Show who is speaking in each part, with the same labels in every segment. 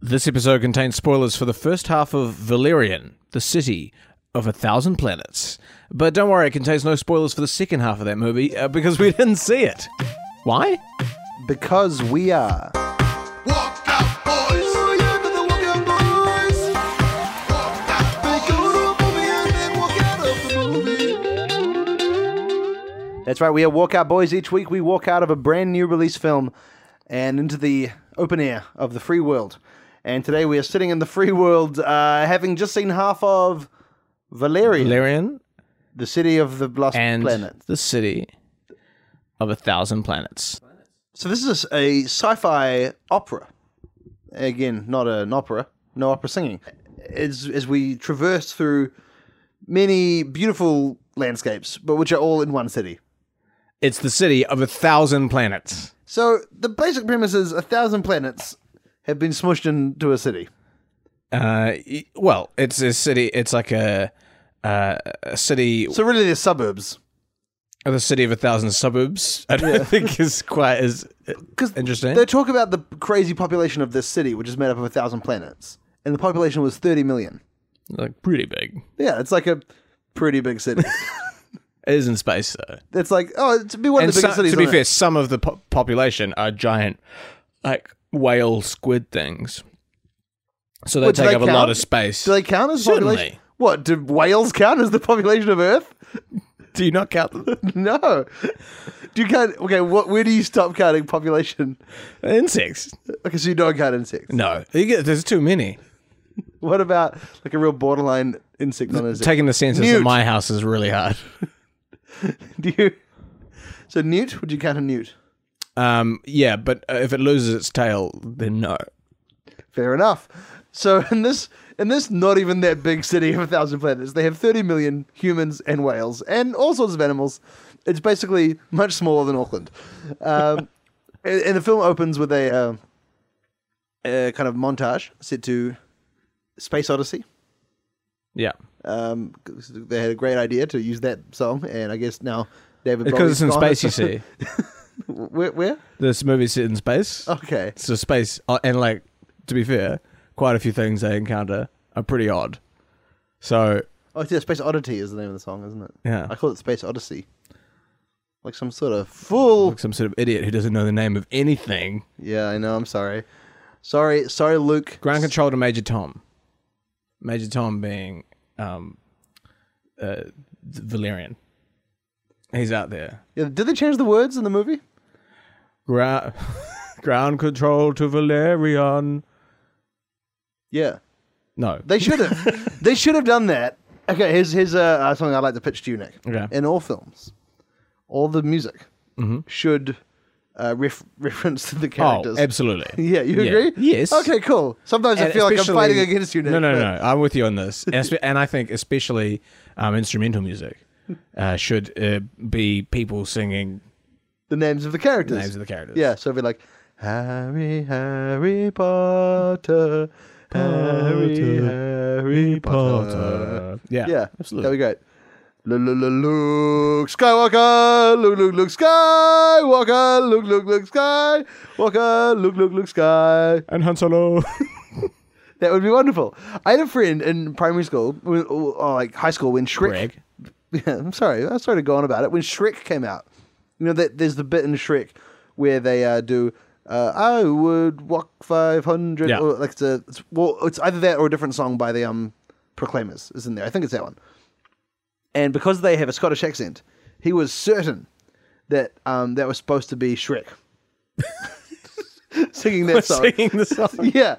Speaker 1: This episode contains spoilers for the first half of Valerian, the city of a thousand planets. But don't worry, it contains no spoilers for the second half of that movie uh, because we didn't see it. Why?
Speaker 2: Because we are.
Speaker 3: Walk out boys. Oh yeah, they're the walk out boys. Walk out boys. They go to a movie and then walk out of the movie.
Speaker 2: That's right, we are Walkout Boys. Each week we walk out of a brand new release film and into the open air of the free world. And today we are sitting in the free world, uh, having just seen half of Valeria,
Speaker 1: Valerian
Speaker 2: the city of the lost
Speaker 1: and
Speaker 2: planet.
Speaker 1: the city of a thousand planets.
Speaker 2: So this is a sci-fi opera. Again, not an opera, no opera singing. As as we traverse through many beautiful landscapes, but which are all in one city.
Speaker 1: It's the city of a thousand planets.
Speaker 2: So the basic premise is a thousand planets have been smushed into a city.
Speaker 1: Uh, y- well, it's a city. It's like a uh, a city.
Speaker 2: So really, they're suburbs.
Speaker 1: The city of a thousand suburbs. I don't think is quite as
Speaker 2: Because
Speaker 1: Interesting.
Speaker 2: They talk about the crazy population of this city, which is made up of a thousand planets, and the population was thirty million.
Speaker 1: like pretty big.
Speaker 2: Yeah, it's like a pretty big city.
Speaker 1: It is in space though.
Speaker 2: it's like oh, it'd be one of the biggest
Speaker 1: so-
Speaker 2: cities.
Speaker 1: to be
Speaker 2: on
Speaker 1: fair,
Speaker 2: Earth.
Speaker 1: some of the po- population are giant, like whale squid things. So they
Speaker 2: What, do
Speaker 1: take
Speaker 2: they
Speaker 1: up a lot
Speaker 2: count?
Speaker 1: of space.
Speaker 2: do they count as
Speaker 1: Certainly.
Speaker 2: population? What do whales count as the population of Earth?
Speaker 1: do you not count them?
Speaker 2: No. Do you count? Okay, what? Where do you stop counting population?
Speaker 1: insects?
Speaker 2: Okay, so you don't count insects.
Speaker 1: No, you get, there's too many.
Speaker 2: What about like a real borderline insect? Non insect.
Speaker 1: Taking the census
Speaker 2: Newt.
Speaker 1: at my house is really hard.
Speaker 2: Do you? So newt? Would you count a newt?
Speaker 1: Um, yeah, but uh, if it loses its tail, then no.
Speaker 2: Fair enough. So in this in this not even that big city of a thousand planets, they have thirty million humans and whales and all sorts of animals. It's basically much smaller than Auckland. Um, and, and the film opens with a, uh, a kind of montage set to Space Odyssey.
Speaker 1: Yeah,
Speaker 2: Um, 'cause they had a great idea to use that song, and I guess now David
Speaker 1: because it's in
Speaker 2: Bowie's
Speaker 1: space. You
Speaker 2: gone.
Speaker 1: see,
Speaker 2: where, where?
Speaker 1: this movie's set in space.
Speaker 2: Okay,
Speaker 1: So space, uh, and like to be fair, quite a few things they encounter are pretty odd. So
Speaker 2: Oh, yeah, Space Oddity is the name of the song, isn't it?
Speaker 1: Yeah.
Speaker 2: I call it Space Odyssey. Like some sort of fool.
Speaker 1: like some sort of idiot who doesn't know the name of anything.
Speaker 2: Yeah, I know. I'm sorry. Sorry, sorry, Luke.
Speaker 1: Ground control to Major Tom. Major Tom being um, uh, th- Valerian. He's out there.
Speaker 2: Yeah, did they change the words in the movie?
Speaker 1: Gra- ground control to Valerian.
Speaker 2: Yeah,
Speaker 1: No.
Speaker 2: they should have. they should have done that. Okay, here's here's uh, uh, something I'd like to pitch to you, Nick.
Speaker 1: Okay. Mm-hmm.
Speaker 2: In all films, all the music should uh, ref- reference to the
Speaker 1: oh,
Speaker 2: characters.
Speaker 1: absolutely.
Speaker 2: yeah, you
Speaker 1: Yeah.
Speaker 2: agree?
Speaker 1: Yes.
Speaker 2: Okay, cool. Sometimes I
Speaker 1: And
Speaker 2: feel like I'm
Speaker 1: especially-
Speaker 2: fighting against you, Nick.
Speaker 1: No, no,
Speaker 2: but-
Speaker 1: no. I'm with you on this. And espe- and I think especially um, instrumental music uh, should uh, be people singing
Speaker 2: the names of the characters.
Speaker 1: names of the characters.
Speaker 2: Yeah, so it'd be like Harry, Harry Potter, Harry, Harry Potter.
Speaker 1: Uh, yeah.
Speaker 2: Yeah,
Speaker 1: Absolutely.
Speaker 2: That'd be great. Lu- lu- lu- Luke Skywalker, Luke, Luke, Luke Skywalker, Luke, Luke, Luke Skywalker, Luke, Luke, Luke Sky.
Speaker 1: And Han Solo.
Speaker 2: That would be wonderful. I had a friend in primary school, when- or or like high school, when Shrek.
Speaker 1: Greg.
Speaker 2: Yeah, I'm sorry. I started going about it when Shrek came out. You know, that there's the bit in Shrek where they uh, do uh, "I would walk 500
Speaker 1: Yeah.
Speaker 2: or like it's, a, it's well, it's either that or a different song by the um Proclaimers is in there. I think it's that one. And because they have a Scottish accent, he was certain that um that was supposed to be Shrek singing that song.
Speaker 1: Singing the song.
Speaker 2: Yeah.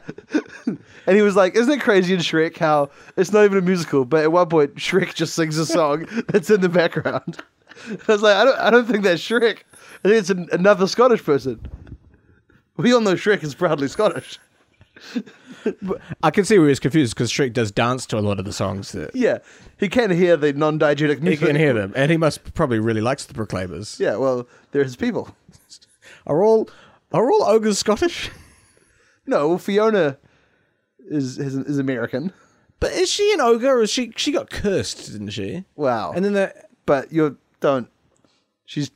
Speaker 2: and he was like, Isn't it crazy in Shrek how it's not even a musical, but at one point Shrek just sings a song that's in the background. I was like, I don't, I don't think that's Shrek. I think it's an, another Scottish person. We all know Shrek is proudly Scottish.
Speaker 1: I can see where he's confused because Shrek does dance to a lot of the songs that
Speaker 2: Yeah. He can hear the non diegetic
Speaker 1: he
Speaker 2: music.
Speaker 1: can hear them, and he must probably really likes the Proclaimers.
Speaker 2: Yeah, well, they're his people.
Speaker 1: Are all are all ogres Scottish?
Speaker 2: No, well, Fiona is, is is American.
Speaker 1: But is she an ogre? Or is she she got cursed, didn't she?
Speaker 2: Wow.
Speaker 1: And then the
Speaker 2: but you don't. She's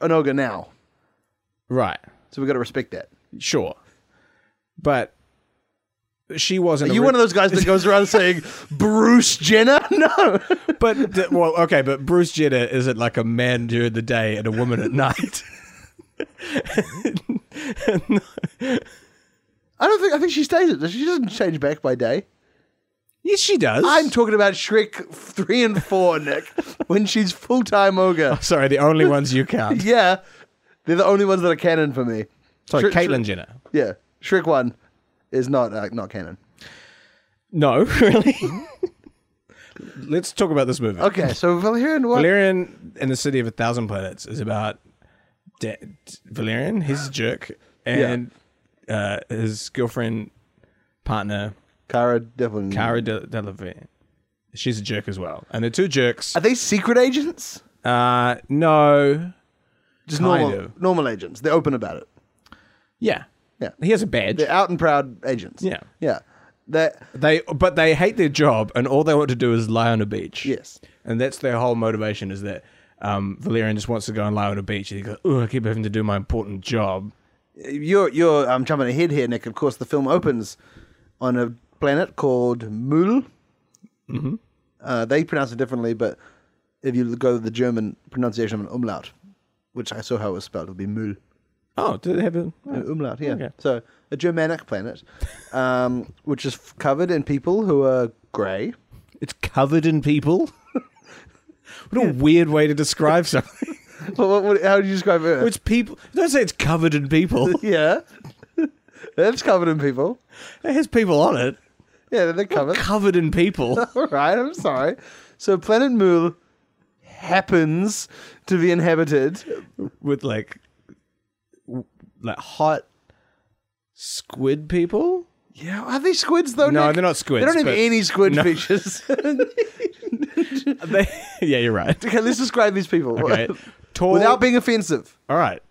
Speaker 2: an ogre now,
Speaker 1: right,
Speaker 2: so we've got to respect that.
Speaker 1: sure, but she wasn't.
Speaker 2: Are you one of those guys that goes around saying Bruce Jenner? No.
Speaker 1: But th- well, okay, but Bruce Jenner is it like a man during the day and a woman at night?
Speaker 2: I don't think I think she stays it. She doesn't change back by day.
Speaker 1: yes, she does.
Speaker 2: I'm talking about Shrek three and four, Nick. When she's full time ogre.
Speaker 1: sorry, the only ones you count.
Speaker 2: Yeah. They're the only ones that are canon for me.
Speaker 1: Sorry,
Speaker 2: Sure,
Speaker 1: Caitlyn Jenner.
Speaker 2: Yeah. Shrek one is not uh, not canon.
Speaker 1: No, really. Let's talk about this movie.
Speaker 2: Okay, so Valerian what?
Speaker 1: Valerian and the City of a Thousand Planets is about da- Valerian, his jerk, and uh, his girlfriend, partner,
Speaker 2: Cara Devlin.
Speaker 1: Cara De- Delevingne. She's a jerk as well. And they're two jerks.
Speaker 2: Are they secret agents?
Speaker 1: Uh, no.
Speaker 2: Just
Speaker 1: Kind
Speaker 2: normal
Speaker 1: of.
Speaker 2: normal agents. They're open about it.
Speaker 1: Yeah.
Speaker 2: Yeah.
Speaker 1: He has a badge.
Speaker 2: They're out and proud agents.
Speaker 1: Yeah.
Speaker 2: Yeah. That
Speaker 1: They but they hate their job and all they want to do is lie on a beach.
Speaker 2: Yes.
Speaker 1: And that's their whole motivation is that um, Valerian just wants to go and lie on a beach and he goes, Oh, I keep having to do my important job.
Speaker 2: you're you're um, jumping ahead here, Nick. Of course, the film opens on a planet called Mul. Mm-hmm. Uh, they pronounce it differently, but if you go with the German pronunciation of an umlaut, which I saw how it was spelled, it would be Mul.
Speaker 1: Oh, do they have a
Speaker 2: Uh, umlaut, yeah.
Speaker 1: Okay.
Speaker 2: So a Germanic planet, um, which is f- covered in people who are grey.
Speaker 1: It's covered in people. what a weird way to describe something.
Speaker 2: What, what, what, how do you describe Earth?
Speaker 1: It's people. Don't say it's covered in people.
Speaker 2: yeah, Earth's covered in people.
Speaker 1: It has people on it.
Speaker 2: Yeah, they're covered.
Speaker 1: Covered in people.
Speaker 2: All right, I'm sorry. So planet Mool happens to be inhabited.
Speaker 1: With like, w- like hot squid people.
Speaker 2: Yeah, are they squids though?
Speaker 1: No,
Speaker 2: Nick?
Speaker 1: they're not squids,
Speaker 2: They don't have
Speaker 1: but-
Speaker 2: any squid
Speaker 1: No.
Speaker 2: features.
Speaker 1: They, yeah, you're right.
Speaker 2: okay, let's describe these people
Speaker 1: Okay. Tall.
Speaker 2: without being offensive.
Speaker 1: All right.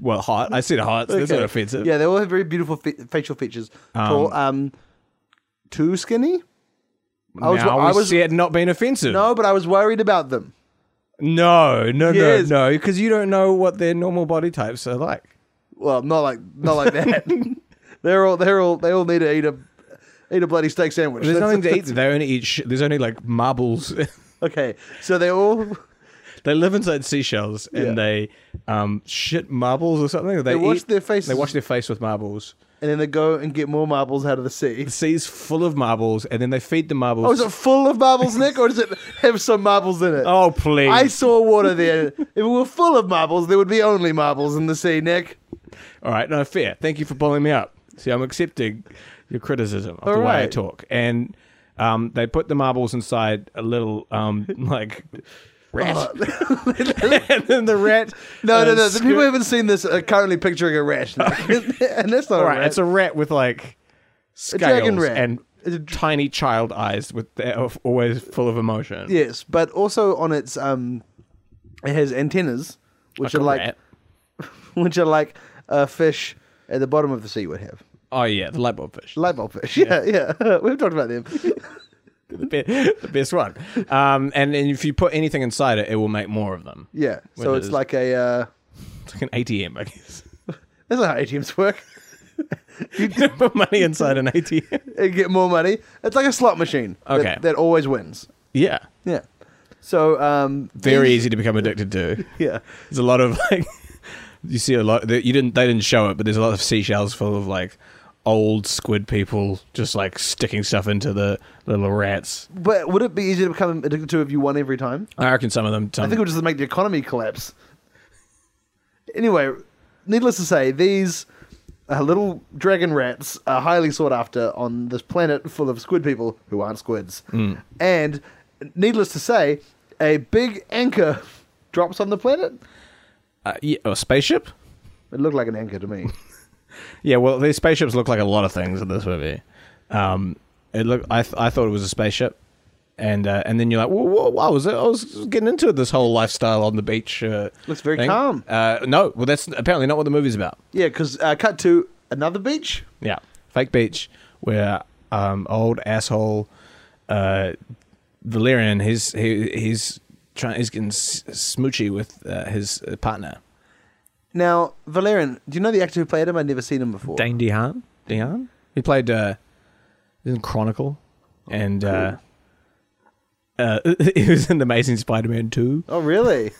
Speaker 1: Well, hot. I said hot. So That's
Speaker 2: Okay.
Speaker 1: not offensive.
Speaker 2: Yeah, they all have very beautiful fe- facial features. Tall, um, too skinny. I was,
Speaker 1: now
Speaker 2: I
Speaker 1: we
Speaker 2: was
Speaker 1: see it not being offensive.
Speaker 2: no, but I was worried about them.
Speaker 1: no, no,
Speaker 2: Yes.
Speaker 1: no, no, because you don't know what their normal body types are like.
Speaker 2: Well, not like not like that. they're all they're all they all need to eat a eat a bloody steak sandwich.
Speaker 1: There's
Speaker 2: That's-
Speaker 1: nothing to eat. They only eat. Sh- there's only like marbles.
Speaker 2: Okay, so they all
Speaker 1: they live inside seashells and
Speaker 2: Yeah.
Speaker 1: they um, shit marbles or something. They,
Speaker 2: They wash
Speaker 1: eat-
Speaker 2: their faces.
Speaker 1: They wash their face with marbles.
Speaker 2: and then they go and get more marbles out of the sea.
Speaker 1: The sea's full of marbles, and then they feed the marbles.
Speaker 2: Oh, is it full of marbles, Nick, or does it have some marbles in it?
Speaker 1: Oh, please!
Speaker 2: I saw water there. if it were full of marbles, there would be only marbles in the sea, Nick.
Speaker 1: All right, no fair. Thank you for pulling me up. See, I'm accepting your criticism of
Speaker 2: All
Speaker 1: the way I
Speaker 2: right.
Speaker 1: talk. And um, they put the marbles inside a little um, like rat, and then the rat.
Speaker 2: No,
Speaker 1: uh,
Speaker 2: no, no. The people
Speaker 1: squir-
Speaker 2: who haven't seen this are currently picturing a rat, Nick. and that's not
Speaker 1: All
Speaker 2: a
Speaker 1: right,
Speaker 2: rat.
Speaker 1: it's a rat with like scales
Speaker 2: dragon rat.
Speaker 1: and tiny child eyes with they're al- always full of emotion.
Speaker 2: yes, but also on its um, it has antennas, which
Speaker 1: a
Speaker 2: are like
Speaker 1: rat.
Speaker 2: which are like a fish at the bottom of the sea would have.
Speaker 1: oh yeah, the light bulb fish,
Speaker 2: Light bulb fish. Yeah, yeah. We've talked about them.
Speaker 1: the, be- the best one. Um, and, and if you put anything inside it, it will make more of them.
Speaker 2: Yeah. So
Speaker 1: Which
Speaker 2: it's
Speaker 1: is-
Speaker 2: like a uh,
Speaker 1: It's like an ATM, I guess.
Speaker 2: that's not how ATMs work.
Speaker 1: You can put money inside an ATM.
Speaker 2: and get more money. It's like a slot machine. that-
Speaker 1: Okay.
Speaker 2: That, always wins.
Speaker 1: Yeah.
Speaker 2: Yeah. So um
Speaker 1: Very easy to become addicted to.
Speaker 2: Yeah.
Speaker 1: There's a lot of like you see a lot that you didn't they didn't show it, but there's a lot of seashells full of like old squid people just like sticking stuff into the little rats.
Speaker 2: But would it be easy to become addicted to if you won every time?
Speaker 1: I reckon some of them
Speaker 2: I
Speaker 1: some,
Speaker 2: think it would just make the economy collapse. Anyway, needless to say, these uh, little dragon rats are highly sought after on this planet full of squid people who aren't squids.
Speaker 1: Hmm.
Speaker 2: And needless to say, a big anchor drops on the planet.
Speaker 1: uh, yeah, a spaceship?
Speaker 2: It looked like an anchor to me.
Speaker 1: Yeah, well these spaceships look like a lot of things in this movie. Um it look I th- I thought it was a spaceship. And uh, and then you're like, whoa, whoa, whoa, I was, I was getting into this whole lifestyle on the beach. Uh,
Speaker 2: Looks very calm.
Speaker 1: Uh, no, well, that's apparently not what the movie's about.
Speaker 2: yeah, because uh, cut to another beach.
Speaker 1: Yeah, fake beach where um, old asshole uh, Valerian he's he, he's trying he's getting s- smoochy with uh, his uh, partner
Speaker 2: Now, Valerian, do you know the actor who played him? I'd never seen him before.
Speaker 1: Dane DeHaan. DeHaan. He played uh, in Chronicle, and uh, uh, he was in Amazing Spider-Man Two
Speaker 2: Oh, really?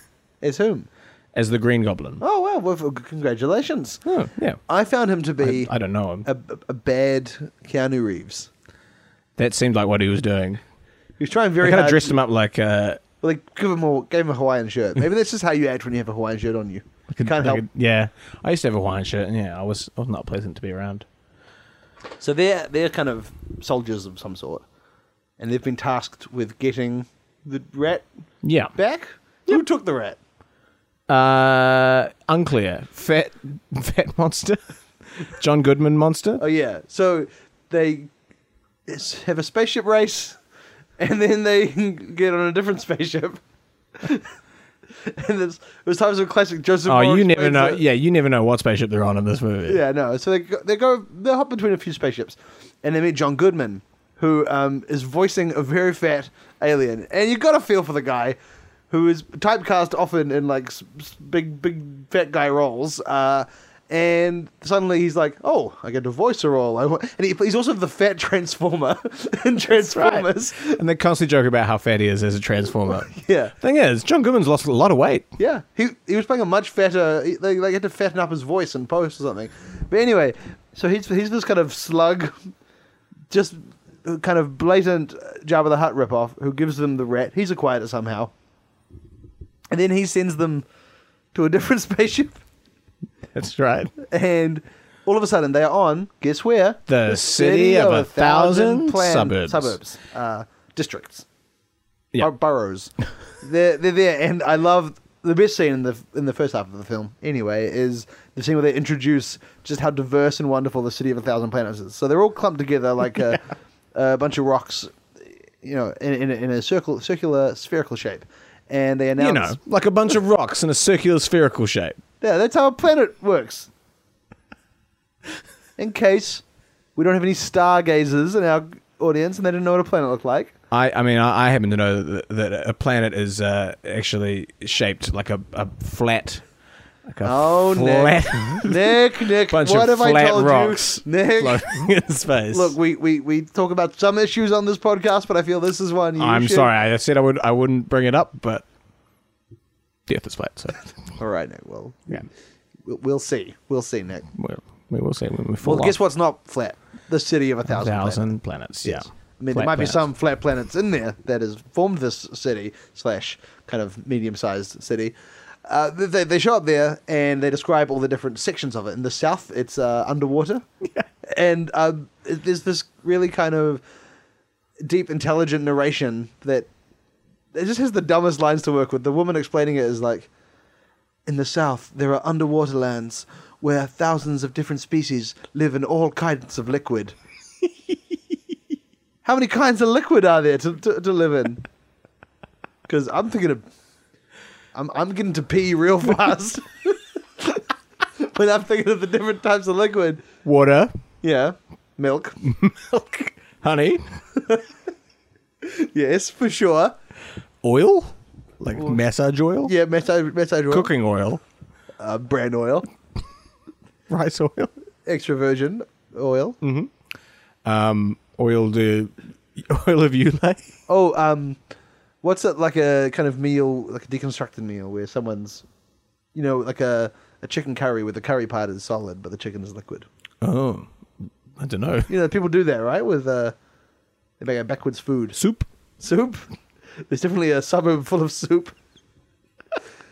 Speaker 2: Is whom?
Speaker 1: as the Green Goblin.
Speaker 2: Oh, wow. Well, f- congratulations.
Speaker 1: Oh, yeah,
Speaker 2: I found him to be
Speaker 1: I don't know him.
Speaker 2: a, a bad Keanu Reeves.
Speaker 1: That seemed like what he was doing.
Speaker 2: He was trying
Speaker 1: They
Speaker 2: very
Speaker 1: kind
Speaker 2: hard.
Speaker 1: of dressed him up like uh,
Speaker 2: Like, give him a, gave him a Hawaiian shirt. Maybe that's just how you act when you have a Hawaiian shirt on you.
Speaker 1: Could-
Speaker 2: Can't
Speaker 1: they
Speaker 2: help.
Speaker 1: could- yeah, I used to have a Hawaiian shirt, and yeah, I was I was not pleasant to be around.
Speaker 2: So they're they're kind of soldiers of some sort, and they've been tasked with getting the rat
Speaker 1: Yeah,
Speaker 2: back. Who took the rat?
Speaker 1: uh, unclear. Fat fat monster, John Goodman monster.
Speaker 2: Oh yeah. So they s- have a spaceship race, and then they get on a different spaceship. and there's there's times of classic Joseph.
Speaker 1: Oh,
Speaker 2: Moore
Speaker 1: you never
Speaker 2: explains
Speaker 1: know.
Speaker 2: it.
Speaker 1: Yeah, you never know what spaceship they're on in this movie.
Speaker 2: Yeah, no. So they go, they go they hop between a few spaceships, and they meet John Goodman, who um, is voicing a very fat alien, and you got a feel for the guy, who is typecast often in like s- s- big big fat guy roles. Uh, and suddenly he's like, "Oh, I get to voice a role." I wa-" And he, he's also the fat transformer in Transformers.
Speaker 1: And they constantly joke about how fat he is as a transformer.
Speaker 2: Yeah.
Speaker 1: Thing is, John Goodman's lost a lot of weight.
Speaker 2: Yeah, he he was playing a much fatter. he- They they had to fatten up his voice and post or something. But anyway, so he's he's this kind of slug, just kind of blatant Jabba the Hutt ripoff who gives them the rat. He's acquired it somehow, and then he sends them to a different spaceship,
Speaker 1: That's right.
Speaker 2: and all of a sudden they are on. Guess where?
Speaker 1: The city of a thousand
Speaker 2: planned
Speaker 1: suburbs.
Speaker 2: suburbs, uh, districts
Speaker 1: Yeah.
Speaker 2: bur- burrows. they're they're there, and I love the best scene in the in the first half of the film. Anyway, is the scene where they introduce just how diverse and wonderful the city of a thousand planets is. So they're all clumped together like a, a bunch of rocks, you know, in in a, in a circle, circular, spherical shape, and they announce.
Speaker 1: You know, like a bunch of rocks in a circular spherical shape.
Speaker 2: Yeah, that's how a planet works. In case we don't have any stargazers in our audience and they didn't know what a planet looked like.
Speaker 1: I, I mean, I, I happen to know that, that a planet is uh, actually shaped like a, a flat, like a
Speaker 2: Oh,
Speaker 1: flat
Speaker 2: Nick. Nick, Nick,
Speaker 1: bunch
Speaker 2: what
Speaker 1: of
Speaker 2: have I
Speaker 1: flat
Speaker 2: told
Speaker 1: rocks
Speaker 2: you? Nick,
Speaker 1: floating in space.
Speaker 2: look, we, we, we talk about some issues on this podcast, but I feel this is one. You
Speaker 1: I'm
Speaker 2: should-
Speaker 1: sorry. I said I would. I wouldn't bring it up, but the Earth is flat. So
Speaker 2: All right, Nick. Well,
Speaker 1: yeah,
Speaker 2: we'll, we'll see. We'll see, Nick.
Speaker 1: well, we will see when we fall
Speaker 2: Well, guess
Speaker 1: off.
Speaker 2: what's not flat? The city of a thousand. planets.
Speaker 1: Thousand planets. Yeah.
Speaker 2: I mean, there
Speaker 1: Flat
Speaker 2: might
Speaker 1: planets.
Speaker 2: be some flat planets in there that has formed this city slash kind of medium-sized city. Uh, they, they show up there and they describe all the different sections of it. In the south, it's uh, underwater, and um, it- there's this really kind of deep, intelligent narration that it just has the dumbest lines to work with. The woman explaining it is like, in the south, there are underwater lands where thousands of different species live in all kinds of liquid. How many kinds of liquid are there to, to, to live in? Because I'm thinking of, I'm I'm getting to pee real fast. when I'm thinking of the different types of liquid,
Speaker 1: water,
Speaker 2: yeah, milk,
Speaker 1: milk, honey,
Speaker 2: yes, for sure,
Speaker 1: oil, like massage oil,
Speaker 2: yeah, massage massage oil,
Speaker 1: cooking oil,
Speaker 2: uh, bran oil,
Speaker 1: rice oil,
Speaker 2: extra virgin oil.
Speaker 1: um, oil de oil of ulay.
Speaker 2: Oh, um, what's it like a kind of meal, like a deconstructed meal where someone's, you know, like a a chicken curry where the curry part is solid but the chicken is liquid.
Speaker 1: Oh, I don't know.
Speaker 2: you know, people do that, right? With uh, they make a backwards food
Speaker 1: Soup,
Speaker 2: soup. There's definitely a suburb full of soup.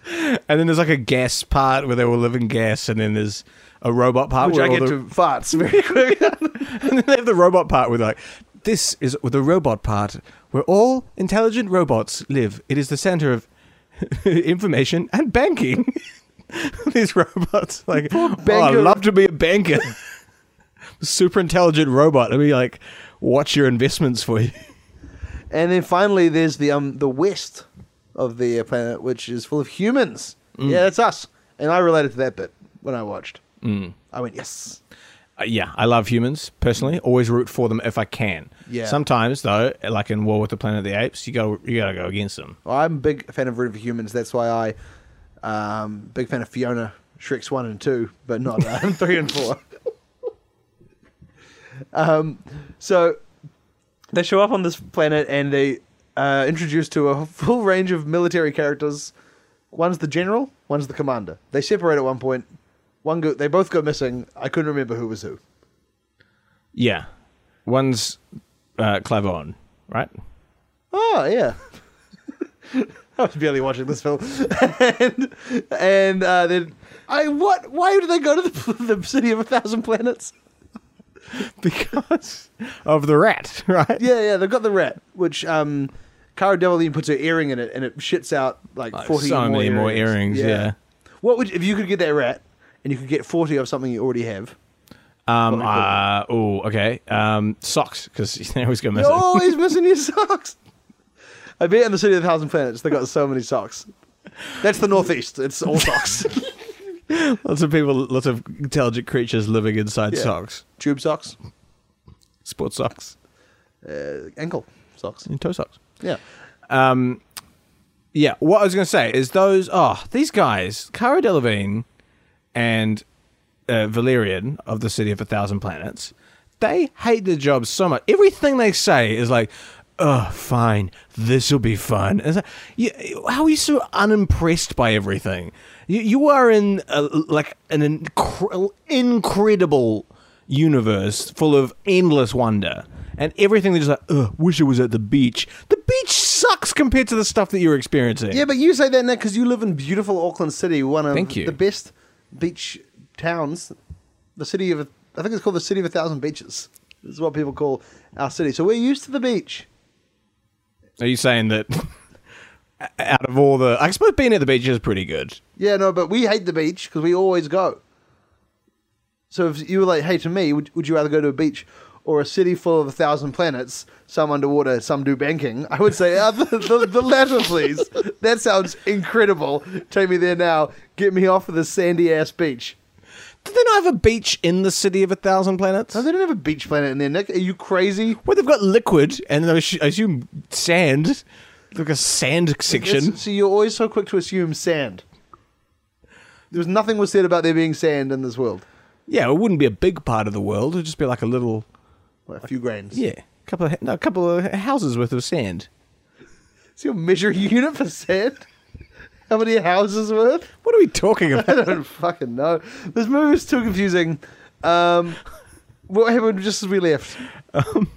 Speaker 1: and then there's like a gas part where they were living gas, and then there's a robot part
Speaker 2: Which
Speaker 1: where
Speaker 2: I
Speaker 1: all
Speaker 2: get
Speaker 1: the-
Speaker 2: to farts very quick.
Speaker 1: And then they have the robot part with like, this is the robot part where all intelligent robots live. It is the center of information and banking. These robots, like, oh, I'd
Speaker 2: banker."
Speaker 1: love to be a banker. Super intelligent robot. It'd be like, watch your investments for you.
Speaker 2: and then finally, there's the um the west of the uh, planet, which is full of humans. Yeah, that's us. And I related to that bit when I watched. Mm. I went yes.
Speaker 1: Uh, yeah, I love humans personally. Always root for them if I can.
Speaker 2: Yeah.
Speaker 1: Sometimes though, like in War with the Planet of the Apes, you go you gotta go against them.
Speaker 2: Well, I'm a big fan of rooting for humans. That's why I, um, big fan of Fiona, Shrek's one and two, but not um, three and four. um, so they show up on this planet and they uh, introduced to a full range of military characters. One's the general, one's the commander. They separate at one point. One go, they both go missing. I couldn't remember who was who.
Speaker 1: Yeah. One's uh, Clavon, right?
Speaker 2: Oh yeah. I was barely watching this film, and and uh, then I what? Why do they go to the, the city of a thousand planets?
Speaker 1: Because of the rat, right?
Speaker 2: Yeah, yeah, they've got the rat, which um, Cara Delevingne puts her earring in it, and it shits out like forty.
Speaker 1: so
Speaker 2: more
Speaker 1: many
Speaker 2: earrings.
Speaker 1: more earrings, yeah.
Speaker 2: What would if you could get that rat, and you could get forty of something you already have?
Speaker 1: Um, uh, oh, okay. Um, socks, because they always go missing.
Speaker 2: You're always missing your socks. I bet in the city of a thousand planets they got so many socks. That's the northeast. It's all socks.
Speaker 1: Lots of people, lots of intelligent creatures living inside
Speaker 2: Yeah.
Speaker 1: socks,
Speaker 2: Tube socks,
Speaker 1: sports socks,
Speaker 2: uh, ankle socks.
Speaker 1: and toe socks.
Speaker 2: Yeah.
Speaker 1: Um, yeah, what I was going to say is those. Oh, these guys, Cara Delevingne and uh, Valerian of the City of a Thousand Planets, they hate their jobs so much. Everything they say is like, "Oh, fine, this will be fun." And it's like, you, how are you so unimpressed by everything? You, you are in a, like an incre- incredible universe full of endless wonder. And everything they're just like, Ugh, wish it was at the beach. The beach sucks compared to the stuff that you're experiencing.
Speaker 2: Yeah, but you say that now because you live in beautiful Auckland City, one of
Speaker 1: Thank you.
Speaker 2: the best beach towns. The city of, I think it's called the city of a thousand beaches. This is what people call our city. So we're used to the beach.
Speaker 1: Are you saying that out of all the, I suppose being at the beach is pretty good.
Speaker 2: Yeah, no, but we hate the beach because we always go. So if you were like, hey, to me, would, would you rather go to a beach or a city full of a thousand planets, some underwater, some do banking? I would say, uh, the, the, the latter, please. That sounds incredible. Take me there now. Get me off of this sandy ass beach.
Speaker 1: Did they not have a beach in the city of a thousand planets?
Speaker 2: No, they don't have a beach planet in there, Nick. Are you crazy?
Speaker 1: Well, they've got liquid and I assu- I assume sand, like a sand section.
Speaker 2: It's- so you're always so quick to assume sand. There was nothing was said about there being sand in this world.
Speaker 1: Yeah, it wouldn't be a big part of the world. It'd just be like a little,
Speaker 2: Well, a few grains.
Speaker 1: yeah, couple of no, a couple of houses worth of sand.
Speaker 2: Is your measuring unit for sand? How many houses worth?
Speaker 1: What are we talking
Speaker 2: I
Speaker 1: about?
Speaker 2: don't fucking know. This movie is too confusing. Um, what happened just as we left?
Speaker 1: um,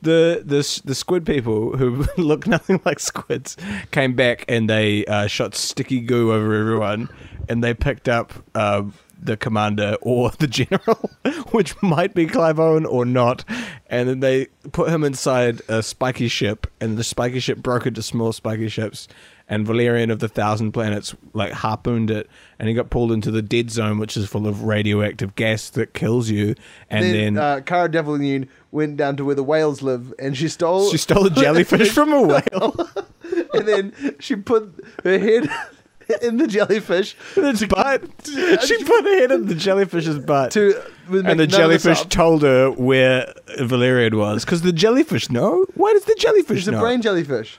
Speaker 1: the the s- the squid people who look nothing like squids came back and they uh, shot sticky goo over everyone, and they picked up um, the commander or the general, which might be Clive Owen or not, and then they put him inside a spiky ship, and the spiky ship broke into small spiky ships. And Valerian of the Thousand Planets like harpooned it, and he got pulled into the dead zone, which is full of radioactive gas that kills you. And then,
Speaker 2: Then, uh, Cara Delevingne went down to where the whales live, and she stole.
Speaker 1: she stole a jellyfish from a whale.
Speaker 2: and then she put her head in the jellyfish
Speaker 1: its butt. She put her head in the jellyfish's butt.
Speaker 2: to.
Speaker 1: and
Speaker 2: with-
Speaker 1: the
Speaker 2: none of this
Speaker 1: jellyfish
Speaker 2: up.
Speaker 1: told her where Valerian was. Because the jellyfish know. Why does the jellyfish
Speaker 2: It's a
Speaker 1: know?
Speaker 2: brain jellyfish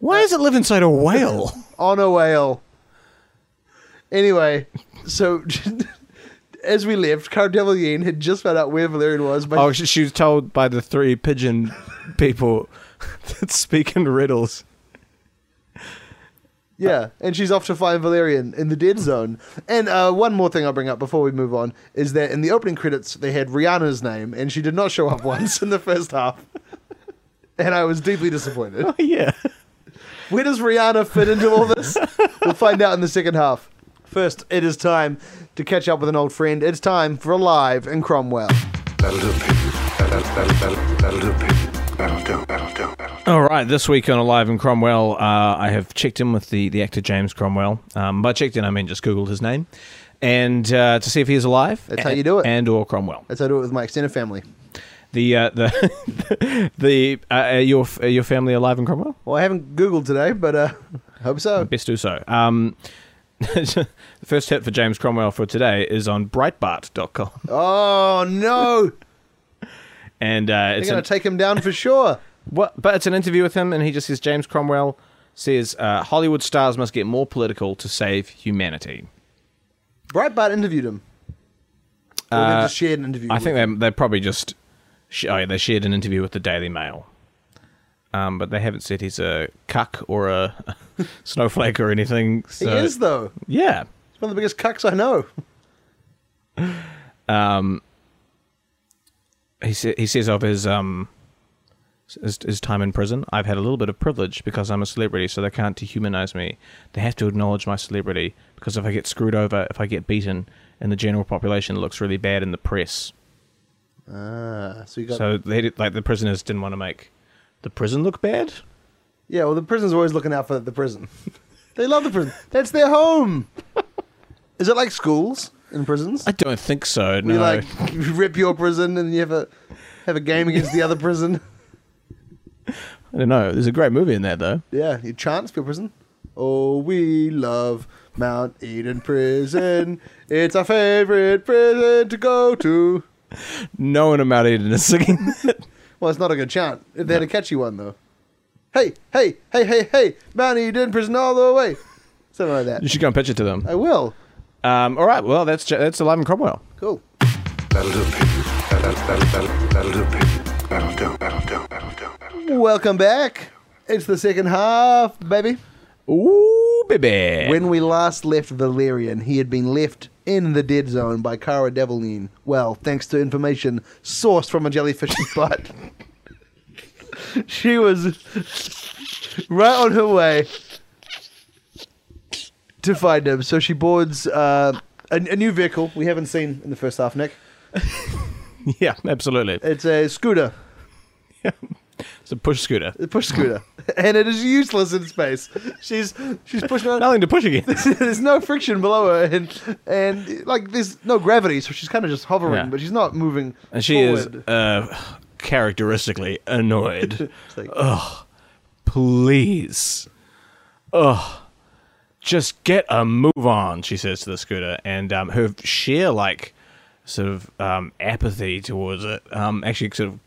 Speaker 1: Why does it live inside a whale?
Speaker 2: on a whale. Anyway, so as we left, Cara Delevingne had just found out where Valerian was by
Speaker 1: oh, she, she was told by the three pigeon people that speak in riddles.
Speaker 2: Yeah, and she's off to find Valerian in the dead zone. And uh, one more thing I'll bring up before we move on is that in the opening credits they had Rihanna's name, and she did not show up once in the first half. And I was deeply disappointed.
Speaker 1: Oh, Yeah.
Speaker 2: Where does Rihanna fit into all this? We'll find out in the second half. First, it is time to catch up with an old friend. It's time for Alive in Cromwell.
Speaker 4: That'll do, pig. That'll, that'll, that'll, that'll do, pig. That'll do, that'll do, that'll do.
Speaker 1: All right, this week on Alive in Cromwell, uh, I have checked in with the, the actor James Cromwell. Um, by checked in, I mean just Googled his name. And uh, to see if he is alive.
Speaker 2: That's how you do it.
Speaker 1: And or Cromwell.
Speaker 2: That's how I do it with my extended family.
Speaker 1: the uh, the the uh, are your are your family alive in Cromwell?
Speaker 2: Well, I haven't Googled today, but uh, hope so.
Speaker 1: Best do so. Um, the first hit for James Cromwell for today is on Breitbart.com,
Speaker 2: Oh, no.
Speaker 1: and uh,
Speaker 2: They're
Speaker 1: it's
Speaker 2: going
Speaker 1: an,
Speaker 2: to take him down for sure.
Speaker 1: what, but it's an interview with him, and he just says James Cromwell says uh, Hollywood stars must get more political to save humanity.
Speaker 2: Breitbart interviewed him. Or they
Speaker 1: Uh,
Speaker 2: just shared an interview.
Speaker 1: I
Speaker 2: with
Speaker 1: think
Speaker 2: him.
Speaker 1: they they probably just sh- oh, yeah, they shared an interview with the Daily Mail. um, but they haven't said he's a cuck or a snowflake or anything.
Speaker 2: He
Speaker 1: So,
Speaker 2: is though.
Speaker 1: Yeah.
Speaker 2: He's one of the biggest cucks I know.
Speaker 1: he sa- he says of his um his, his time in prison, I've had a little bit of privilege because I'm a celebrity, so they can't dehumanize me. They have to acknowledge my celebrity because if I get screwed over, if I get beaten, and the general population it looks really bad in the press,
Speaker 2: Ah, so you got
Speaker 1: so they did, like the prisoners didn't want to make the prison look bad.
Speaker 2: yeah. Well, the prison's always looking out for the prison. they love the prison. That's their home. is it like schools in prisons?
Speaker 1: I don't think so. No,
Speaker 2: you like rip your prison and you have a have a game against the other prison.
Speaker 1: I don't know. There's a great movie in that though.
Speaker 2: Yeah, you chant for your prison. Oh, we love Mount Eden Prison. it's our favorite prison to go to.
Speaker 1: No one in Mount Eden is singing. that.
Speaker 2: Well, it's not a good chant. They had a catchy one though. Hey, hey, hey, hey, hey! Mount Eden Prison all the way. Something like
Speaker 1: you
Speaker 2: that.
Speaker 1: should go and pitch it to them.
Speaker 2: I will.
Speaker 1: Um, all right. Well, that's Ja- that's Alive in Cromwell.
Speaker 2: Cool.
Speaker 4: That'll do, baby. That'll, that'll, that'll, that'll do, baby. That'll do, that'll do, that'll do, that'll do.
Speaker 2: Welcome back. It's the second half, baby.
Speaker 1: Ooh, baby.
Speaker 2: When we last left Valerian, he had been left in the dead zone by Cara Delevingne. Well, thanks to information sourced from a jellyfish's butt, she was right on her way to find him. So she boards uh, a, a new vehicle we haven't seen in the first half, Nick.
Speaker 1: yeah, absolutely.
Speaker 2: It's a scooter,
Speaker 1: It's a push scooter.
Speaker 2: a push scooter, and it is useless in space. She's she's pushing around.
Speaker 1: Nothing to push against.
Speaker 2: there's no friction below her, and and like there's no gravity, so she's kind of just hovering,
Speaker 1: Yeah.
Speaker 2: but she's not moving.
Speaker 1: And she
Speaker 2: forward.
Speaker 1: is uh, characteristically annoyed.
Speaker 2: It's like,
Speaker 1: Please. Ugh. Just get a move on, she says to the scooter. And um, her sheer, like, sort of um, apathy towards it um, actually sort of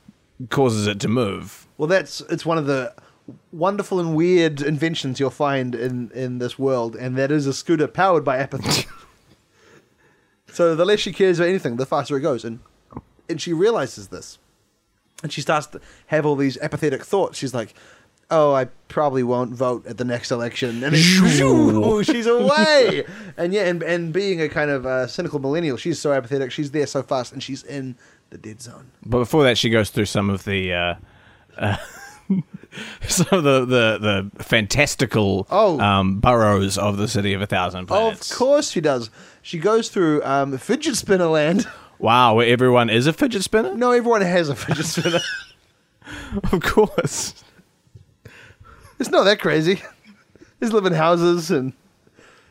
Speaker 1: causes it to move.
Speaker 2: well, that's it's one of the wonderful and weird inventions you'll find in in this world, and that is a scooter powered by apathy. so the less she cares about anything, the faster it goes, and and she realizes this, and she starts to have all these apathetic thoughts. She's like. Oh, I probably won't vote at the next election. And then, Oh, she's away. and yeah, and, and being a kind of uh, cynical millennial, she's so apathetic. She's there so fast, and she's in the dead zone.
Speaker 1: But before that, she goes through some of the. Uh, uh, Some of the, the, the fantastical
Speaker 2: Oh.
Speaker 1: um, burrows of the city of a thousand planets.
Speaker 2: Of course she does. She goes through um, fidget spinner land.
Speaker 1: Wow, where everyone is a fidget spinner?
Speaker 2: No, everyone has a fidget spinner.
Speaker 1: Of course.
Speaker 2: it's not that crazy. Just live in houses and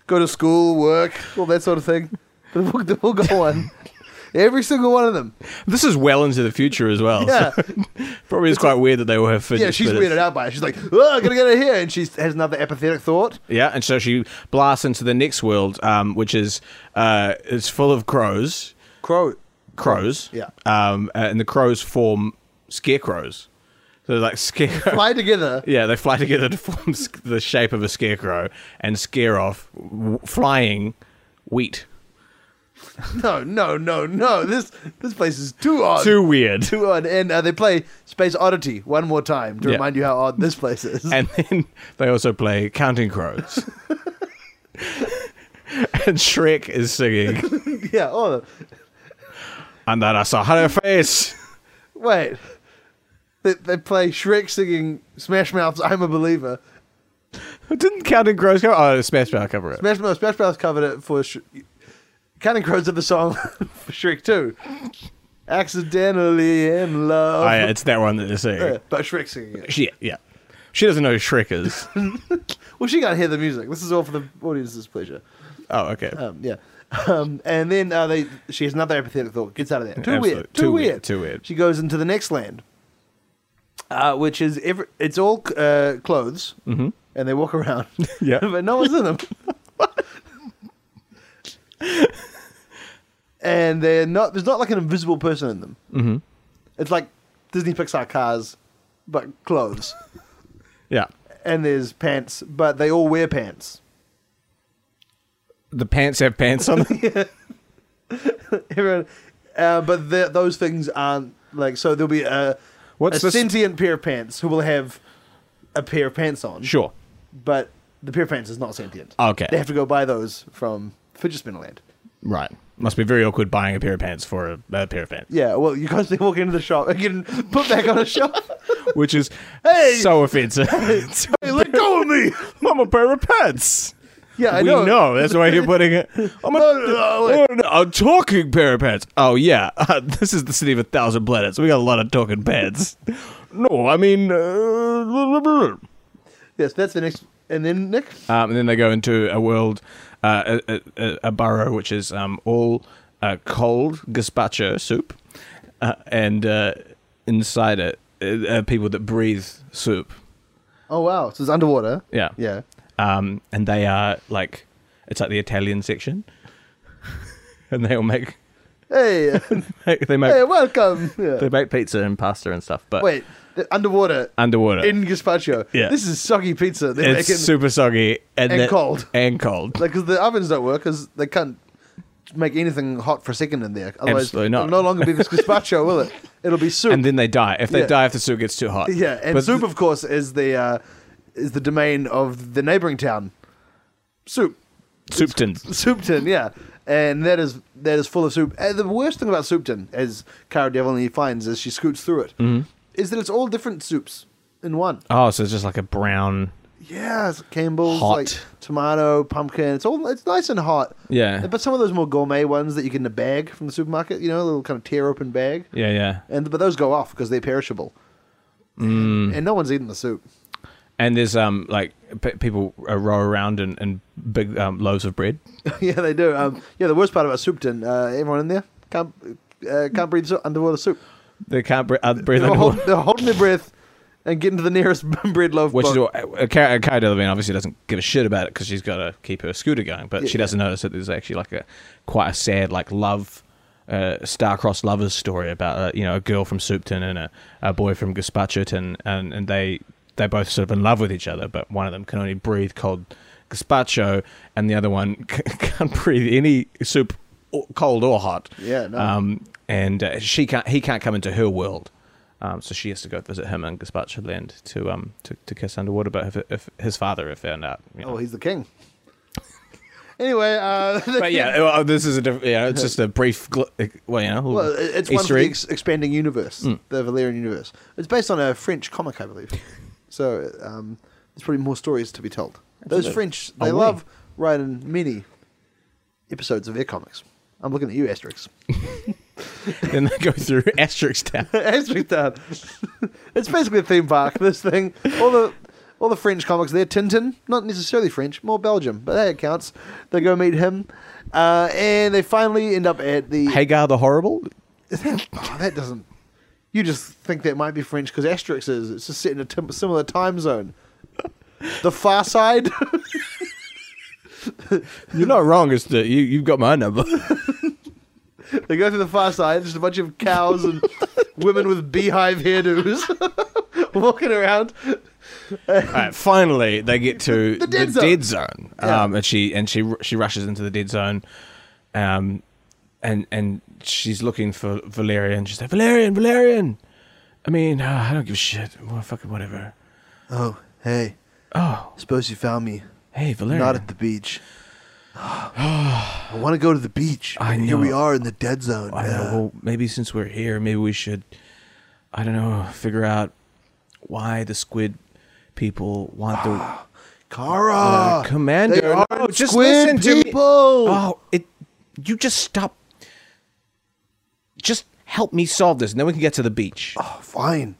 Speaker 2: go to school, work, all that sort of thing. But we'll, we'll go on. Every single one of them.
Speaker 1: This is well into the future as well.
Speaker 2: Yeah.
Speaker 1: so probably it's quite weird that they all have fidget
Speaker 2: Yeah, she's
Speaker 1: spinners.
Speaker 2: weirded out by it. She's like, oh, I'm going to get out of here. And she has another apathetic thought.
Speaker 1: Yeah, and so she blasts into the next world, um, which is uh, it's full of crows,
Speaker 2: Crow.
Speaker 1: crows.
Speaker 2: Yeah.
Speaker 1: Um, uh, and the crows form scarecrows. So they're like scarecrow.
Speaker 2: Fly together.
Speaker 1: Yeah, they fly together to form s- the shape of a scarecrow and scare off w- flying wheat.
Speaker 2: No, no, no, no. This this place is too odd.
Speaker 1: Too weird.
Speaker 2: too odd. And uh, they play Space Oddity one more time to
Speaker 1: Yeah.
Speaker 2: remind you how odd this place is.
Speaker 1: and then they also play Counting Crows. and Shrek is singing,
Speaker 2: yeah. Oh,
Speaker 1: and then I saw her face.
Speaker 2: Wait. They, they play Shrek singing Smash Mouth's I'm a Believer.
Speaker 1: Didn't Counting Crows cover? Oh, Smash Mouth cover it.
Speaker 2: Smash Mouth, Smash Mouth covered it for Sh- Counting Crows did the song for Shrek 2. Accidentally in love.
Speaker 1: Oh, yeah, it's that one that they're
Speaker 2: Yeah,
Speaker 1: singing.
Speaker 2: but Shrek singing it.
Speaker 1: She, yeah, she doesn't know who Shrek is.
Speaker 2: Well, she can't hear the music. This is all for the audience's pleasure.
Speaker 1: Oh, okay.
Speaker 2: Um, yeah. Um, and then uh, they, she has another apathetic thought. Gets out of there. Too
Speaker 1: absolutely.
Speaker 2: weird. Too,
Speaker 1: Too
Speaker 2: weird.
Speaker 1: weird, too weird.
Speaker 2: She goes into the next land, uh, which is every, it's all uh, clothes, mm-hmm. and they walk around.
Speaker 1: Yeah.
Speaker 2: but no one's in them. and they're not. There's not like an invisible person in them. Mm-hmm. It's like Disney Pixar cars, but clothes.
Speaker 1: Yeah,
Speaker 2: and there's pants, but they all wear pants.
Speaker 1: the pants have pants on them.
Speaker 2: Everyone, uh, but the, those things aren't like so. There'll be a
Speaker 1: What's
Speaker 2: a
Speaker 1: this-
Speaker 2: sentient pair of pants who will have a pair of pants on.
Speaker 1: Sure.
Speaker 2: But the pair of pants is not sentient.
Speaker 1: Okay.
Speaker 2: They have to go buy those from Fidget Spinnerland.
Speaker 1: Right. Must be very awkward buying a pair of pants for a, a pair of pants.
Speaker 2: Yeah, well, you constantly walk into the shop and getting put back on a shelf.
Speaker 1: Which is
Speaker 2: Hey!
Speaker 1: so offensive. It's-
Speaker 2: Hey, let go of me!
Speaker 1: I'm a pair of pants.
Speaker 2: Yeah, I
Speaker 1: we
Speaker 2: know.
Speaker 1: know. That's why you're putting it. I'm a,
Speaker 2: No, no, no,
Speaker 1: Oh, no, a talking pair of pants. Oh, yeah. this is the city of a thousand planets. We got a lot of talking pants. No, I mean. Uh,
Speaker 2: Yes, that's the next. And then Nick.
Speaker 1: Um, and then they go into a world, uh, a, a, a burrow, which is um, all uh, cold gazpacho soup. Uh, and uh, inside it uh, are people that breathe soup.
Speaker 2: Oh wow, so it's underwater.
Speaker 1: Yeah.
Speaker 2: Yeah.
Speaker 1: Um, and they are like, it's like the Italian section. and they all make,
Speaker 2: Hey,
Speaker 1: they make,
Speaker 2: hey, welcome. Yeah.
Speaker 1: they make pizza and pasta and stuff. But
Speaker 2: Wait, the- underwater
Speaker 1: underwater.
Speaker 2: in gazpacho.
Speaker 1: Yeah.
Speaker 2: This is soggy pizza. They're
Speaker 1: it's
Speaker 2: making,
Speaker 1: super soggy and,
Speaker 2: and
Speaker 1: that-
Speaker 2: cold.
Speaker 1: And cold.
Speaker 2: like because the ovens don't work because they can't make anything hot for a second in there. Otherwise,
Speaker 1: Absolutely not.
Speaker 2: it'll no longer be this gazpacho, will it? It'll be soup.
Speaker 1: and then they die. If they
Speaker 2: Yeah.
Speaker 1: die, if the soup gets too hot.
Speaker 2: yeah, and
Speaker 1: But
Speaker 2: soup,
Speaker 1: th-
Speaker 2: of course, is the uh, is the domain of the neighboring town. Soup,
Speaker 1: soup tins.
Speaker 2: soup tin, yeah, and that is that is full of soup. And the worst thing about soup tin, as Cara Delevingne finds as she scoots through it, is
Speaker 1: Mm-hmm.
Speaker 2: that it's all different soups in one.
Speaker 1: Oh, so it's just like a brown.
Speaker 2: Yeah, it's Campbell's
Speaker 1: Hot.
Speaker 2: like tomato, pumpkin. It's all it's nice and hot.
Speaker 1: Yeah.
Speaker 2: But some of those more gourmet ones that you get in a bag from the supermarket, you know, a little kind of tear open bag.
Speaker 1: Yeah, yeah.
Speaker 2: And but those go off because they're perishable.
Speaker 1: Mm.
Speaker 2: And no one's eating the soup.
Speaker 1: And there's um like p- people uh, row around in, in big um, loaves of bread.
Speaker 2: yeah, they do. Um, yeah, the worst part about soup tin, uh, everyone in there can't uh, can't breathe soup, underwater soup.
Speaker 1: They can't bre- uh, breathe
Speaker 2: They're,
Speaker 1: underwater,
Speaker 2: hold, they're holding their breath and getting to the nearest bread loaf.
Speaker 1: which is
Speaker 2: boat.
Speaker 1: what uh, Cara, Cara Delevingne obviously doesn't give a shit about it because she's got to keep her scooter going, but
Speaker 2: Yeah,
Speaker 1: she doesn't notice that there's actually like a quite a sad like love. Uh, star-crossed lovers story about uh, you know a girl from Soupton and a, a boy from Gazpachoton, and and they they're both sort of in love with each other, but one of them can only breathe cold gazpacho, and the other one c- can't breathe any soup, or- cold or hot.
Speaker 2: Yeah, no.
Speaker 1: Um, and uh, she can't. He can't come into her world. Um, so she has to go visit him in Gazpacho Land to um to, to kiss underwater. But if, if his father had found out, you know.
Speaker 2: Oh, he's the king. anyway, uh,
Speaker 1: but yeah, well, this is a different. You know, it's just a brief. Gl- well, you know,
Speaker 2: Well, Hmm. it- it's one for
Speaker 1: Easter
Speaker 2: the
Speaker 1: egg.
Speaker 2: ex- expanding universe, the Valerian universe. It's based on a French comic, I believe. so um, there's probably more stories to be told. Those
Speaker 1: Absolutely.
Speaker 2: French,
Speaker 1: Oh,
Speaker 2: they
Speaker 1: oui.
Speaker 2: love writing many episodes of their comics. I'm looking at you, Asterix.
Speaker 1: then they go through Asterix Town.
Speaker 2: Asterix Town. it's basically a theme park. This thing, all the all the French comics there. Tintin, not necessarily French, more Belgium, but that counts. They go meet him, uh, and they finally end up at the
Speaker 1: Hagar the Horrible.
Speaker 2: Oh, that doesn't. You just think that might be French because Asterix is. It's just set in a tim- similar time zone. The far side.
Speaker 1: You're not wrong. It's the you. You've got my number.
Speaker 2: they go through the far side. Just a bunch of cows and women with beehive hairdos walking around.
Speaker 1: Alright, finally, they get to the
Speaker 2: dead
Speaker 1: dead
Speaker 2: zone.
Speaker 1: zone,
Speaker 2: Yeah.
Speaker 1: um, and she and she she rushes into the dead zone, um, and and she's looking for Valerian. She's like, Valerian, Valerian. I mean, uh, I don't give a shit. Well, fucking whatever.
Speaker 2: Oh, hey.
Speaker 1: Oh,
Speaker 2: Suppose you found me
Speaker 1: hey, Valerian.
Speaker 2: not at the beach. I want to go to the beach.
Speaker 1: I
Speaker 2: and Here we
Speaker 1: know.
Speaker 2: are in the dead zone.
Speaker 1: I know.
Speaker 2: Yeah.
Speaker 1: Well, maybe since we're here, maybe we should, I don't know, figure out why the squid people want the
Speaker 2: Kara,
Speaker 1: uh, commander.
Speaker 2: they are
Speaker 1: No, just
Speaker 2: squid
Speaker 1: listen to me.
Speaker 2: people.
Speaker 1: Oh, it. You just stop. Just help me solve this, and then we can get to the beach.
Speaker 2: Oh, fine.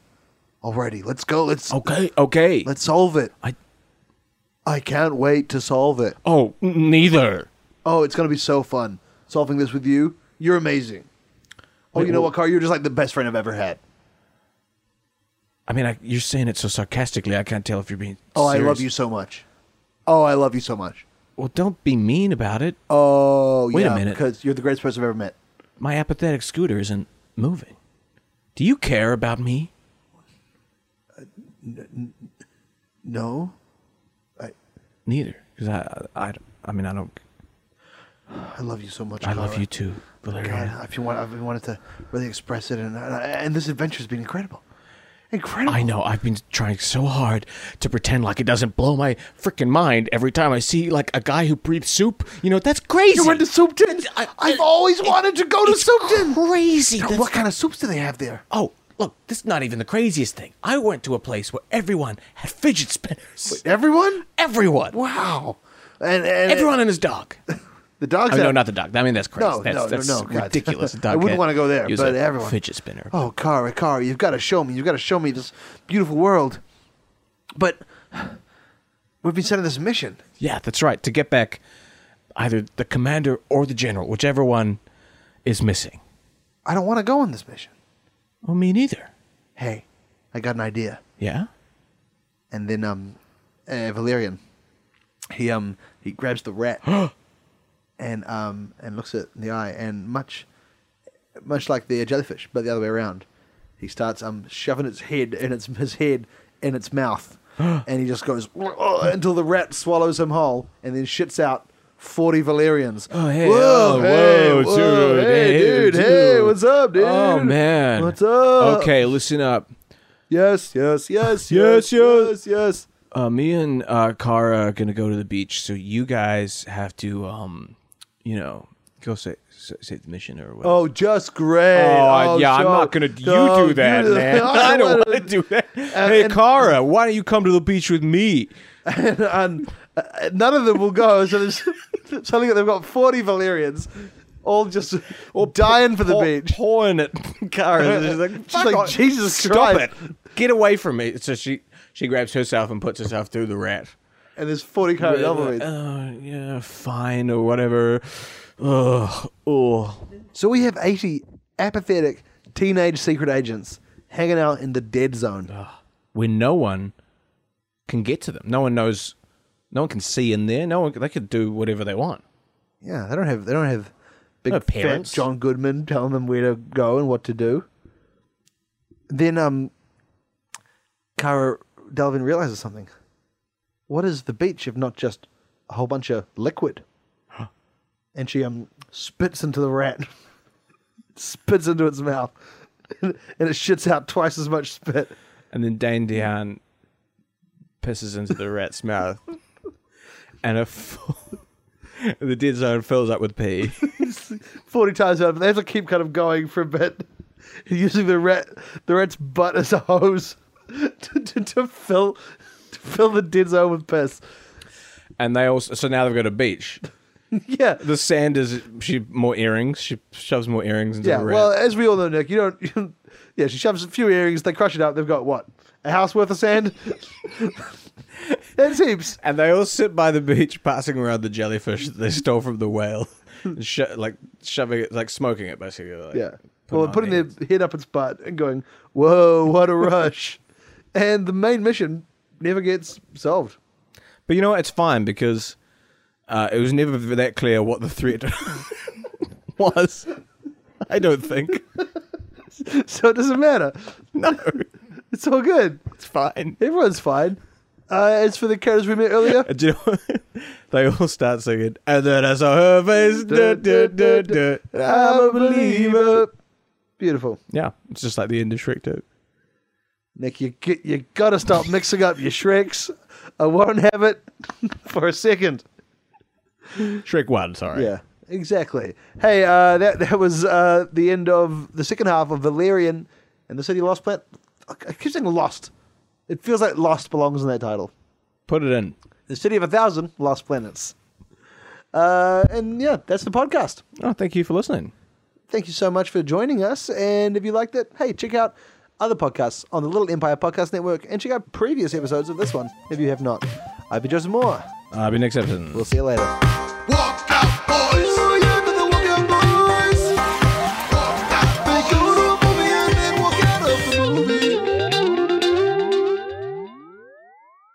Speaker 2: Alrighty, let's go. Let's
Speaker 1: Okay. Okay.
Speaker 2: Let's solve it.
Speaker 1: I-
Speaker 2: I can't wait to solve it.
Speaker 1: oh, n- neither.
Speaker 2: Oh, it's gonna be so fun solving this with you. You're amazing. Oh,
Speaker 1: Wait,
Speaker 2: you know
Speaker 1: wha-
Speaker 2: what, Car? You're just like the best friend I've ever had.
Speaker 1: I mean, I, you're saying it so sarcastically. I can't tell if you're being.
Speaker 2: Oh, I
Speaker 1: serious.
Speaker 2: love you so much. Oh, I love you so much.
Speaker 1: Well, don't be mean about it.
Speaker 2: Oh,
Speaker 1: Wait a
Speaker 2: yeah,
Speaker 1: minute.
Speaker 2: Because you're the greatest person I've ever met.
Speaker 1: My apathetic scooter isn't moving. Do you care about me?
Speaker 2: No,
Speaker 1: Neither, because I, I, I mean, I don't.
Speaker 2: I love you so much.
Speaker 1: I love
Speaker 2: Kara.
Speaker 1: you too, Valeria.
Speaker 2: God, I've been, want- I've been wanted to really express it, and, and and this adventure has been incredible. Incredible.
Speaker 1: I know. I've been trying so hard to pretend like it doesn't blow my freaking mind every time I see like a guy who breathes soup. You know, that's crazy. Uh,
Speaker 2: You went to Soupton. I've always wanted to go to
Speaker 1: it's
Speaker 2: Soupton.
Speaker 1: Crazy.
Speaker 2: Now,
Speaker 1: That's-
Speaker 2: What kind of soups do they have there?
Speaker 1: oh, look, this is not even the craziest thing. I went to a place where everyone had fidget spinners.
Speaker 2: Everyone?
Speaker 1: everyone.
Speaker 2: Wow. And, and
Speaker 1: Everyone and his dog.
Speaker 2: The dogs.
Speaker 1: Oh,
Speaker 2: have,
Speaker 1: no, not the dog. I mean, that's crazy.
Speaker 2: No,
Speaker 1: that's,
Speaker 2: no, no,
Speaker 1: that's
Speaker 2: no, God.
Speaker 1: ridiculous. The dog
Speaker 2: I wouldn't
Speaker 1: can't
Speaker 2: wanna go there,
Speaker 1: use
Speaker 2: but
Speaker 1: a
Speaker 2: everyone-
Speaker 1: Fidget spinner.
Speaker 2: Oh, Kara, Kara, you've got to show me. You've got to show me this beautiful world. But we've been sent on this mission.
Speaker 1: Yeah, that's right. To get back either the commander or the general, whichever one is missing.
Speaker 2: I don't want to go on this mission.
Speaker 1: Well, me neither.
Speaker 2: Hey, I got an idea.
Speaker 1: Yeah?
Speaker 2: And then um, uh, Valerian, he um, he grabs the rat, and um, and looks it in the eye, and much, much like the jellyfish, but the other way around, he starts um shoving its head and its his head in its mouth, and he just goes "Ugh," until the rat swallows him whole, and then shits out. 40 Valerians.
Speaker 1: Oh, hey,
Speaker 2: Whoa,
Speaker 1: oh,
Speaker 2: hey,
Speaker 1: whoa, dude,
Speaker 2: hey,
Speaker 1: hey,
Speaker 2: dude,
Speaker 1: dude.
Speaker 2: hey, what's up, dude?
Speaker 1: Oh, man.
Speaker 2: What's up?
Speaker 1: Okay, listen up.
Speaker 2: Yes, yes, yes,
Speaker 1: Yes,
Speaker 2: yes, yes, yes.
Speaker 1: Uh, me and uh, Kara are going to go to the beach, so you guys have to, um, you know, go say, say, say the mission or whatever.
Speaker 2: Oh, just great.
Speaker 1: I-
Speaker 2: Oh,
Speaker 1: yeah,
Speaker 2: so-
Speaker 1: I'm not gonna. You
Speaker 2: no,
Speaker 1: do that,
Speaker 2: you-
Speaker 1: man. I don't want to do that. hey,
Speaker 2: and-
Speaker 1: Kara, why don't you come to the beach with me?
Speaker 2: And, and, uh, none of them will go. So there's suddenly they've got 40 Valerians, all just dying for the
Speaker 1: Paw-
Speaker 2: beach.
Speaker 1: pawing at Kara. She's like,
Speaker 2: She's
Speaker 1: "Fuck
Speaker 2: like,
Speaker 1: off.
Speaker 2: "Jesus
Speaker 1: stop
Speaker 2: Christ."
Speaker 1: it! Get away from me!" So she she grabs herself and puts herself through the rat.
Speaker 2: And there's 40 carried over.
Speaker 1: Uh, yeah, fine or whatever. Ugh, oh,
Speaker 2: So we have 80 apathetic teenage secret agents hanging out in the dead zone.
Speaker 1: when no one can get to them, no one knows, no one can see in there. No one they could do whatever they want.
Speaker 2: Yeah, they don't have they don't have big
Speaker 1: No
Speaker 2: fat
Speaker 1: parents.
Speaker 2: John Goodman telling them where to go and what to do. Then um Cara Delvin realizes something. What is the beach if not just a whole bunch of liquid? And she um spits into the rat. spits into its mouth. and it shits out twice as much spit.
Speaker 1: And then Dane Dehan pisses into the rat's mouth, and a full, the dead zone fills up with pee.
Speaker 2: 40 times over. They have to keep kind of going for a bit, using the rat, the rat's butt as a hose to, to, to fill to fill the dead zone with piss.
Speaker 1: and they also so now they've got a beach.
Speaker 2: Yeah.
Speaker 1: The sand is she more earrings. She shoves more earrings into
Speaker 2: Yeah.
Speaker 1: the rat.
Speaker 2: Well, as we all know, Nick, you don't. You don't yeah, she shoves a few earrings. They crush it up. They've got what? A house worth of sand? That's heaps.
Speaker 1: and they all sit by the beach, passing around the jellyfish that they stole from the whale, and sho- like shoving it, like smoking it, basically. Like,
Speaker 2: Yeah.
Speaker 1: putting
Speaker 2: well,
Speaker 1: on
Speaker 2: putting their
Speaker 1: hands.
Speaker 2: head up its butt and going, whoa, what a rush. and the main mission never gets solved.
Speaker 1: But you know what? It's fine because uh, it was never that clear what the threat was. I don't think.
Speaker 2: So it doesn't matter.
Speaker 1: No,
Speaker 2: It's all good.
Speaker 1: it's fine.
Speaker 2: Everyone's fine. Uh, as for the characters we met earlier,
Speaker 1: And do you know what? they all start singing, and then I saw her face. duh, duh, duh, duh.
Speaker 2: I'm a believer. Beautiful,
Speaker 1: Yeah, it's just like the end of Shrek 2.
Speaker 2: Nick. You get, you gotta stop mixing up your Shreks. I won't have it for a second.
Speaker 1: Shrek 1, sorry.
Speaker 2: Yeah, exactly. Hey, uh, that that was uh, the end of the second half of Valerian and the City Lost Plant. I I keep saying Lost. It feels like Lost belongs in that title.
Speaker 1: Put it in.
Speaker 2: The City of a Thousand Lost Planets. Uh, and yeah, that's the podcast.
Speaker 1: Oh, thank you for listening.
Speaker 2: thank you so much for joining us. And if you liked it, hey, check out other podcasts on the Little Empire Podcast Network and check out previous episodes of this one if you have not. I've been Joseph Moore.
Speaker 1: I'll be next episode.
Speaker 2: We'll see you later.
Speaker 3: Walk out, boys.